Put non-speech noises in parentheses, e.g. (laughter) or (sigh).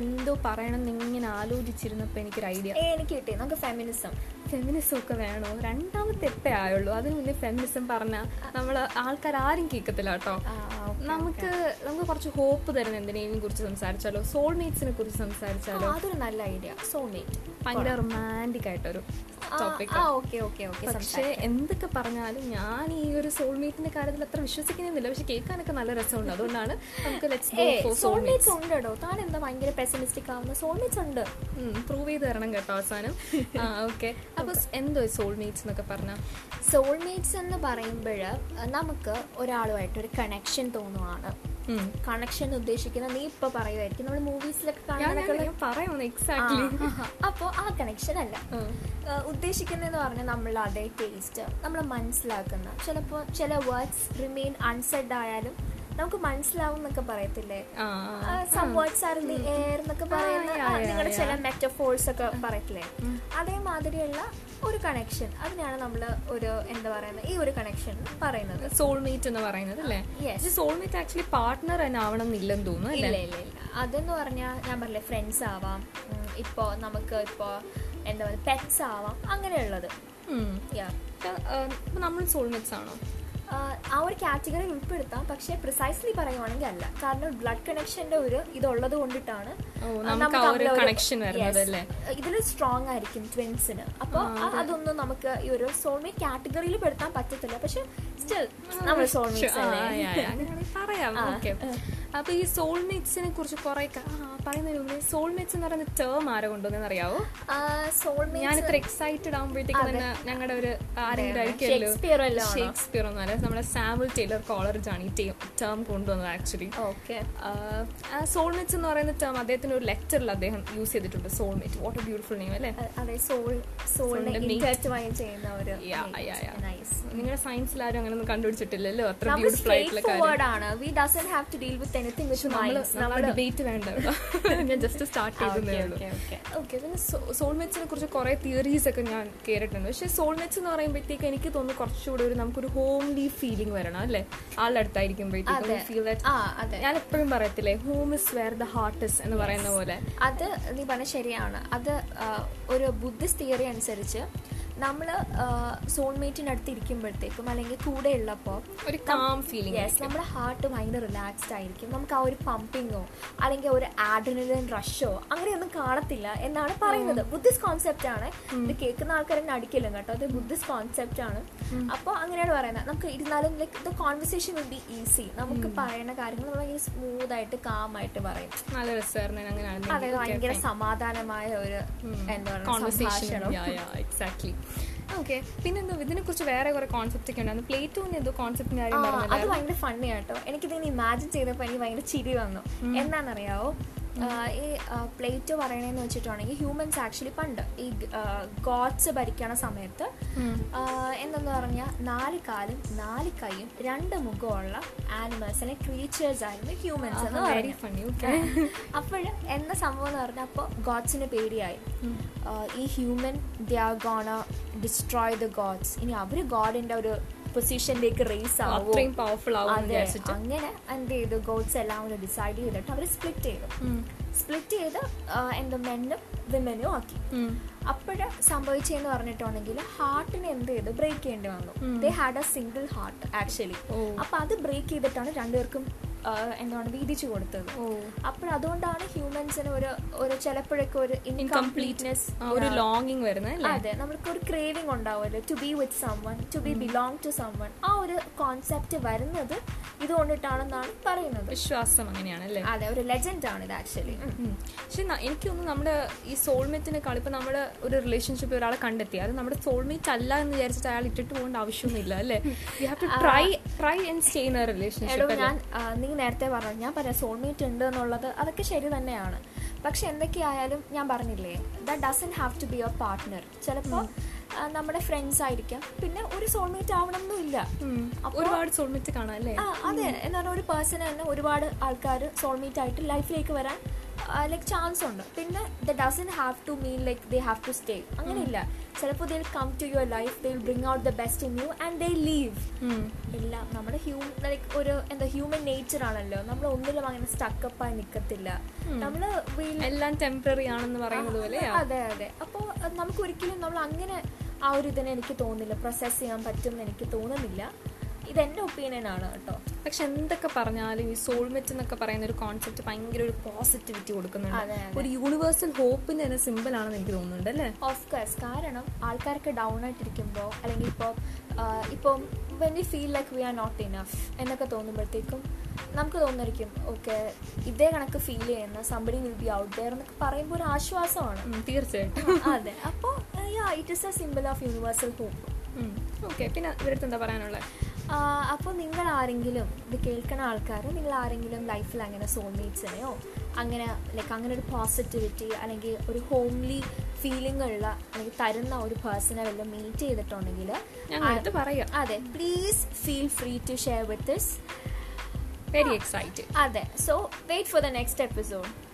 എന്തോ പറയണം എന്നിങ്ങനെ ആലോചിച്ചിരുന്നപ്പോൾ എനിക്കൊരു ഐഡിയ ഏ എനിക്ക് കിട്ടി നമുക്ക് ഫെമിനിസം ഫെമിനിസം ഒക്കെ വേണോ രണ്ടാമത്തെ എപ്പേ ആയുള്ളൂ അതിന് മുന്നേ ഫെമിനിസം പറഞ്ഞാൽ നമ്മൾ ആൾക്കാർ ആരും കേൾക്കത്തില്ല കേട്ടോ നമുക്ക് നമുക്ക് കുറച്ച് ഹോപ്പ് തരുന്ന എന്തിനേയും കുറിച്ച് സംസാരിച്ചാലോ സോൾമേറ്റ്സിനെ കുറിച്ച് സംസാരിച്ചാലോ അതൊരു നല്ല ഐഡിയ സോൾമേറ്റ് ഭയങ്കര റൊമാൻറ്റിക് ആയിട്ടൊരു ടോപ്പിക് ആ ഓക്കെ ഓക്കെ ഓക്കെ പക്ഷേ എന്തൊക്കെ പറഞ്ഞാലും ഞാൻ ഈ ഒരു സോൾമേറ്റിന്റെ കാര്യത്തിൽ അത്ര വിശ്വസിക്കുന്നില്ല പക്ഷെ കേൾക്കാനൊക്കെ നല്ല രസമുണ്ട് അതുകൊണ്ടാണ് നമുക്ക് let's go for soulmate soulmates ഉണ്ട് കേട്ടോ താൻ എന്താ ഭയങ്കര പെസിമിസ്റ്റിക് ആവുന്ന സോൾമേറ്റ്സ് ഉണ്ട് പ്രൂവ് ചെയ്ത് തരണം കേട്ടോ അവസാനം ആ ഓക്കെ അപ്പൊ എന്തോ സോൾമേറ്റ്സ് എന്നൊക്കെ പറഞ്ഞാൽ സോൾമേറ്റ്സ് എന്ന് പറയുമ്പോൾ നമുക്ക് ഒരാളുമായിട്ട് ഒരു കണക്ഷൻ തോന്നുവാണ് കണക്ഷൻ ഉദ്ദേശിക്കുന്ന നീ ഇപ്പൊ പറയുമായിരിക്കും നമ്മൾ മൂവീസിലൊക്കെ കാണാനൊക്കെ ഉള്ള- പറയാമോ എക്സാക്ട്ലി അപ്പോൾ ആ കണക്ഷൻ അല്ല ഏഹ് ഉദ്ദേശിക്കുന്നതെന്ന് പറഞ്ഞാൽ നമ്മൾ അതേ ടേസ്റ്റ് നമ്മൾ മനസ്സിലാക്കുന്ന ചിലപ്പോൾ ചില വേർഡ്സ് റിമെയിൻ അൺസെഡ് ആയാലും നമുക്ക് മനസ്സിലാവും എന്നൊക്കെ പറയത്തില്ലേ some words are the air എന്നൊക്കെ പറയുന്ന ആ, yeah, yeah, നിങ്ങളുടെ ചില yeah. മെറ്റഫോഴ്സ് ഒക്കെ പറയത്തില്ലേ അതേമാതിരിയുള്ള ഒരു കണക്ഷൻ അതിനാണ് നമ്മൾ ഒരു എന്താ പറയുന്നത് ഈ ഒരു കണക്ഷൻ പറയുന്നത് സോൾമേറ്റ് എന്ന് പറയുന്നത് അല്ലേ Yes. സോൾമേറ്റ് ആക്ച്വലി പാർട്ട്ണർ തന്നെ ആവണം എന്നില്ലെന്ന് തോന്നുന്നു ഇല്ല അല്ലേ ഇല്ല ഇല്ല അതെന്ന് പറഞ്ഞാൽ ഞാൻ പറഞ്ഞില്ലേ ഫ്രണ്ട്സ് ആവാം ഉം, ഇപ്പോ നമുക്ക് ഇപ്പോ എന്താ പറയുക പെറ്റ്സ് ആവാം അങ്ങനെയുള്ളത് ഉം. Yeah. ഇപ്പൊ, ഏഹ്, ഇപ്പൊ നമ്മൾ സോൾമേറ്റ്സ് ആണോ ആഹ് ആ ഒരു കാറ്റഗറി ഉൾപ്പെടുത്താം പക്ഷേ പ്രിസൈസ്ലി പറയുവാണെങ്കിൽ അല്ല കാരണം ബ്ലഡ് കണക്ഷന്റെ ഒരു ഇതുള്ളത് കൊണ്ടിട്ടാണ് ഓ, നമുക്ക് ആ ഒരു connection വരുന്നത് അല്ലേ? ഇതിൽ സ്ട്രോങ് ആയിരിക്കും ട്വിൻസിന് അപ്പോൾ അതൊന്നും നമുക്ക് ഈ ഒരു സോൾമേറ്റ് കാറ്റഗറിയിൽ പെടുത്താൻ പറ്റത്തില്ല പക്ഷെ സ്റ്റിൽ നമ്മൾ സോൾമേറ്റ്സ് ആ, അല്ലേ ആ, ആ, അങ്ങനെയാണെങ്കിൽ പറയാം ആ, ഓക്കെ അപ്പൊ ഈ സോൾമേറ്റ്സിനെ കുറിച്ച് കുറെ പറയുന്നതിന് മുമ്പ് സോൾമേറ്റ്സ് എന്ന് പറയുന്ന ടേം ആരെ കൊണ്ടുവന്നെന്ന് അറിയാവോ ഞാൻ സോൾമേറ്റ് ഇത്ര എക്സൈറ്റഡ് ആകുമ്പോഴത്തേക്ക് തന്നെ ഞങ്ങളുടെ ഒരു ആരെങ്കിലും ആയിരിക്കുമല്ലോ ഷേക്സ്പിയർ എല്ലാം ആണോ? ഷേക്സ്പിയർ ഒന്നല്ല നമ്മുടെ സാമുൽ ടൈലർ കോളറിജാണ് ഈ ടേം കൊണ്ടുവന്നത് ആക്ച്വലി ഓക്കെ സോൾമേറ്റ്സ് എന്ന് പറയുന്ന ടേം അദ്ദേഹത്തിന്റെ ഒരു ലെറ്ററിൽ അദ്ദേഹം യൂസ് ചെയ്തിട്ടുണ്ട് soulmate what a beautiful name അല്ലേ അതെ സോൾ സോളിനെ Soulന്റെ mate. ഇന്റർട്ട്വൈൻ ചെയ്യുന്ന ഒരു Yeah, yeah, yeah. നൈസ് നിങ്ങളുടെ സയൻസിൽ ആരും അങ്ങനെ ഒന്നും കണ്ടുപിടിച്ചിട്ടില്ലല്ലോ അത്ര നമ്മൾ ബ്യൂട്ടിഫുൾ ആയിട്ടുള്ള സ്ട്രേറ്റ് കാര്യം ഫോർവേഡ് ആണ് we doesn't have to deal with anything which നമ്മള് മൈൻഡ്സ് നമ്മളെ ഡിബേറ്റ് വേണ്ട ഇവിടെ. (laughs) ഞാൻ ജസ്റ്റ് (laughs) സ്റ്റാർട്ട് ചെയ്തേ ഉള്ളൂ ഓക്കെ പിന്നെ സോൾമേറ്റ്സിനെ കുറിച്ച് കുറേ തിയറീസ് ഒക്കെ ഞാൻ കേട്ടിട്ടുണ്ട് പക്ഷേ സോൾമേറ്റ്സ് എന്ന് പറയുമ്പോഴത്തേക്ക് എനിക്ക് തോന്നുന്നു കുറച്ചുകൂടി ഒരു നമുക്കൊരു ഹോംലി ഫീലിംഗ് വരണം അല്ലേ ആളുടെ അടുത്തായിരിക്കുമ്പോഴത്തേക്കും ഫീൽ ആ അതെ ഞാൻ എപ്പോഴും പറയത്തില്ലേ home is where the heart is എന്ന് പറയുന്ന പോലെ അത് നീ പറഞ്ഞ ശരിയാണ് അത് ആ, ഒരു ബുദ്ധിസ്റ്റ് തിയറി അനുസരിച്ച് നമ്മൾ സോൾമേറ്റിനടുത്ത് ഇരിക്കുമ്പോഴത്തേക്കും അല്ലെങ്കിൽ കൂടെ ഉള്ളപ്പോൾ ഒരു കാം ഫീലിംഗ് യെസ് നമ്മുടെ ഹാർട്ട് ഭയങ്കര റിലാക്സ്ഡ് ആയിരിക്കും നമുക്ക് ആ ഒരു പമ്പിങ്ങോ അല്ലെങ്കിൽ ഒരു ആഡ്രിനലിൻ റഷോ അങ്ങനെയൊന്നും കാണത്തില്ല എന്നാണ് പറയുന്നത് ബുദ്ധിസ്റ്റ് കോൺസെപ്റ്റ് ആണ് ഇത് കേൾക്കുന്ന ആൾക്കാർ തന്നെ അടിക്കില്ല കേട്ടോ അത് ബുദ്ധിസ്റ്റ് കോൺസെപ്റ്റ് ആണ് അപ്പോൾ അങ്ങനെയാണ് പറയുന്നത് നമുക്ക് ഇരുന്നാലും like the conversation will be easy നമുക്ക് പറയുന്ന കാര്യങ്ങൾ നമ്മൾ ഭയങ്കര സ്മൂത്ത് ആയിട്ട് calm ആയിട്ട് പറയും നല്ല രസമായിരുന്നു ഞാൻ അങ്ങനെ ആയിരുന്നെങ്കിൽ. അതായത് Okay, ഭയങ്കര fine. സമാധാനമായ ഒരു എന്താ പറയുക കോൺവെർസേഷൻ സംഭാഷണം എക്സാക്ട്ലി ഓക്കെ പിന്നെന്തോ ഇതിനെ കുറിച്ച് വേറെ കുറെ കോൺസെപ്റ്റ് ഒക്കെ ഉണ്ടായിരുന്നു പ്ലേറ്റോന് ഏതോ കോൺസെപ്റ്റിന്റെ കാര്യം ആ, അത് പറഞ്ഞില്ല ഭയങ്കര ഫണ്ണി കേട്ടോ എനിക്കിതിങ്ങനെ ഇമാജിൻ ചെയ്തപ്പോൾ എനിക്ക് ഭയങ്കര ചിരി വന്നു എന്താണെന്നറിയാവോ ആ, ഈ ആ, പ്ലേറ്റോ പറയണേന്ന് വെച്ചിട്ടുണ്ടെങ്കിൽ ഹ്യൂമൻസ് ആക്ച്വലി പണ്ട് ഈ ഗോഡ്സ് ഭരിക്കണ സമയത്ത് ആ, എന്തെന്ന് പറഞ്ഞാൽ നാല് കാലും നാല് കൈയും രണ്ട് മുഖമുള്ള ആനിമൽസ് അല്ലെങ്കിൽ ക്രീച്ചേഴ്സ് ആയിരുന്നു ഹ്യൂമൻസ് എന്ന് വെരി പറയുന്നത് ഫണ്ണി ഓക്കെ (laughs) അപ്പോൾ എന്ന സംഭവം എന്ന് പറഞ്ഞാൽ അപ്പോൾ ഗോഡ്സിന് പേടിയായി ആഹ് ഈ human they are gonna destroy the gods ഇനി അവർ ഗോഡിന്റെ ഒരു പൊസിഷനിലേക്ക് റേസ് ആവും അത്രയും പവർഫുൾ ആവും അതെ അങ്ങനെ എന്ത് ചെയ്തു ഗോഡ്സ് എല്ലാം കൂടെ ഡിസൈഡ് ചെയ്തിട്ട് അവർ സ്പ്ലിറ്റ് ചെയ്തു സ്പ്ലിറ്റ് ചെയ്ത് ആഹ് എന്തോ മെന്നും വിമനും ആക്കി അപ്പോഴ് സംഭവിച്ചതെന്ന് പറഞ്ഞിട്ടുണ്ടെങ്കിൽ ഹാർട്ടിനെ എന്ത് ചെയ്തു ബ്രേക്ക് ചെയ്യേണ്ടി വന്നു they had a single heart actually ഓ. അപ്പൊ അത് ബ്രേക്ക് ചെയ്തിട്ടാണ് രണ്ടുപേർക്കും ആഹ് എന്താണ് വീതിച്ചു കൊടുത്തത് ഓ അപ്പോൾ അതുകൊണ്ടാണ് ഹ്യൂമൻസിന് ഒരു ഒരു ചിലപ്പോഴൊക്കെ ഒരു ഇൻകംപ്ലീറ്റ്നെസ് ഒരു ലോങ്ങിങ് വരുന്നത് അല്ലേ അതെ നമുക്ക് ഒരു ക്രേവിംഗ് ഉണ്ടാവുമല്ലോ to be with someone to be belong to someone ആ ഒരു കോൺസെപ്റ്റ് വരുന്നത് ഇതുകൊണ്ടിട്ടാണെന്നാണ് പറയുന്നത് വിശ്വാസം അങ്ങനെയാണ് അല്ലേ അതെ ഒരു ലെജൻഡ് ആണ് ഇത് ആക്ച്വലി ഉം. പക്ഷെ ന- എനിക്ക് തോന്നുന്നു നമ്മുടെ ഈ സോൾമേറ്റിനെക്കാൾ ഇപ്പൊ നമ്മുടെ ഒരു റിലേഷൻഷിപ്പ് ഒരാളെ കണ്ടെത്തി അത് നമ്മുടെ സോൾമേറ്റ് അല്ല എന്ന് വിചാരിച്ചിട്ട് അയാൾ ഇട്ടിട്ട് പോകേണ്ട ആവശ്യമൊന്നുമില്ല അല്ലേ you have to try try and stay in എടോ റിലേഷൻഷിപ്പ് ഞാൻ ആ, നീ നേരത്തെ പറഞ്ഞു ഞാൻ പറയാം സോൾമേറ്റ് ഉണ്ട് എന്നുള്ളത് അതൊക്കെ ശരി തന്നെയാണ് പക്ഷെ എന്തൊക്കെയായാലും ഞാൻ പറഞ്ഞില്ലേ that doesn't have to be a partner ചിലപ്പോൾ നമ്മുടെ ഫ്രണ്ട്സ് ആയിരിക്കാം പിന്നെ ഒരു സോൾമേറ്റ് ആവണമെന്നില്ല ഒരുപാട് സോൾമേറ്റ് കാണാം അല്ലേ ആ, അതെ എന്ന് പറഞ്ഞാൽ ഒരു പേഴ്സൺ തന്നെ ഒരുപാട് ആൾക്കാർ സോൾമേറ്റ് ആയിട്ട് ലൈഫിലേക്ക് വരാൻ ലൈക്ക് ചാൻസ് ഉണ്ട് പിന്നെ the doesn't have to mean like they have to stay അങ്ങനെയില്ല ചിലപ്പോൾ they come to your life they will bring out the best in you and they leave ഇല്ല നമ്മുടെ ഹ്യൂമൻ ലൈക്ക് ഒരു എന്താ ഹ്യൂമൻ നേച്ചർ ആണല്ലോ നമ്മൾ ഒന്നിലും അങ്ങനെ സ്റ്റക്കപ്പായി നിൽക്കത്തില്ല നമ്മൾ എല്ലാം ടെമ്പററി ആണെന്ന് പറയുന്നത് പോലെ അതെ അതെ അപ്പോൾ നമുക്ക് ഒരിക്കലും നമ്മൾ അങ്ങനെ ആ ഒരു ഇതിനെ എനിക്ക് തോന്നുന്നില്ല പ്രൊസസ് ചെയ്യാൻ പറ്റും എന്ന് എനിക്ക് തോന്നുന്നില്ല ഇത് എൻ്റെ ഒപ്പീനിയൻ ആണ് കേട്ടോ പക്ഷെ എന്തൊക്കെ പറഞ്ഞാലും ഈ സോൾമെറ്റ് എന്നൊക്കെ പറയുന്ന ഒരു കോൺസെപ്റ്റ് ഭയങ്കര ഒരു പോസിറ്റിവിറ്റി അതെ, കൊടുക്കുന്നുണ്ട് അതെ. ഒരു യൂണിവേഴ്സൽ ഹോപ്പിന് തന്നെ സിമ്പിൾ ആണെന്ന് എനിക്ക് തോന്നുന്നുണ്ട് അല്ലേ ഓഫ് കോഴ്സ് കാരണം ആൾക്കാർക്ക് ഡൗൺ ആയിട്ടിരിക്കുമ്പോൾ അല്ലെങ്കിൽ ഇപ്പോൾ ഇപ്പം when you feel like we are not enough എന്നൊക്കെ തോന്നുമ്പോഴത്തേക്കും നമുക്ക് തോന്നിയിരിക്കും ഓക്കെ ഇതേ കണക്ക് ഫീൽ ചെയ്യുന്ന somebody will be out there എന്നൊക്കെ പറയുമ്പോൾ ഒരു ആശ്വാസമാണ് ഉം, തീർച്ചയായിട്ടും അതെ അപ്പോൾ yeah it is a simple of universal hope okay പിന്നെ ഇവരടുത്ത് എന്താ പറയാനുള്ളത് അപ്പോൾ നിങ്ങൾ ആരെങ്കിലും ഇത് കേൾക്കുന്ന ആൾക്കാർ നിങ്ങൾ ആരെങ്കിലും ലൈഫിൽ അങ്ങനെ സോൾമേറ്റ്സിനെയോ അങ്ങനെ ലൈക്ക് അങ്ങനെ ഒരു പോസിറ്റിവിറ്റി അല്ലെങ്കിൽ ഒരു ഹോംലി ഫീലിംഗ് ഉള്ള അല്ലെങ്കിൽ തരുന്ന ഒരു പേഴ്സണെ വല്ലതും മീറ്റ് ചെയ്തിട്ടുണ്ടെങ്കിൽ ഞങ്ങളടുത്ത് പറയാം അതെ please feel free to share with this very excited അതെ so wait for the next episode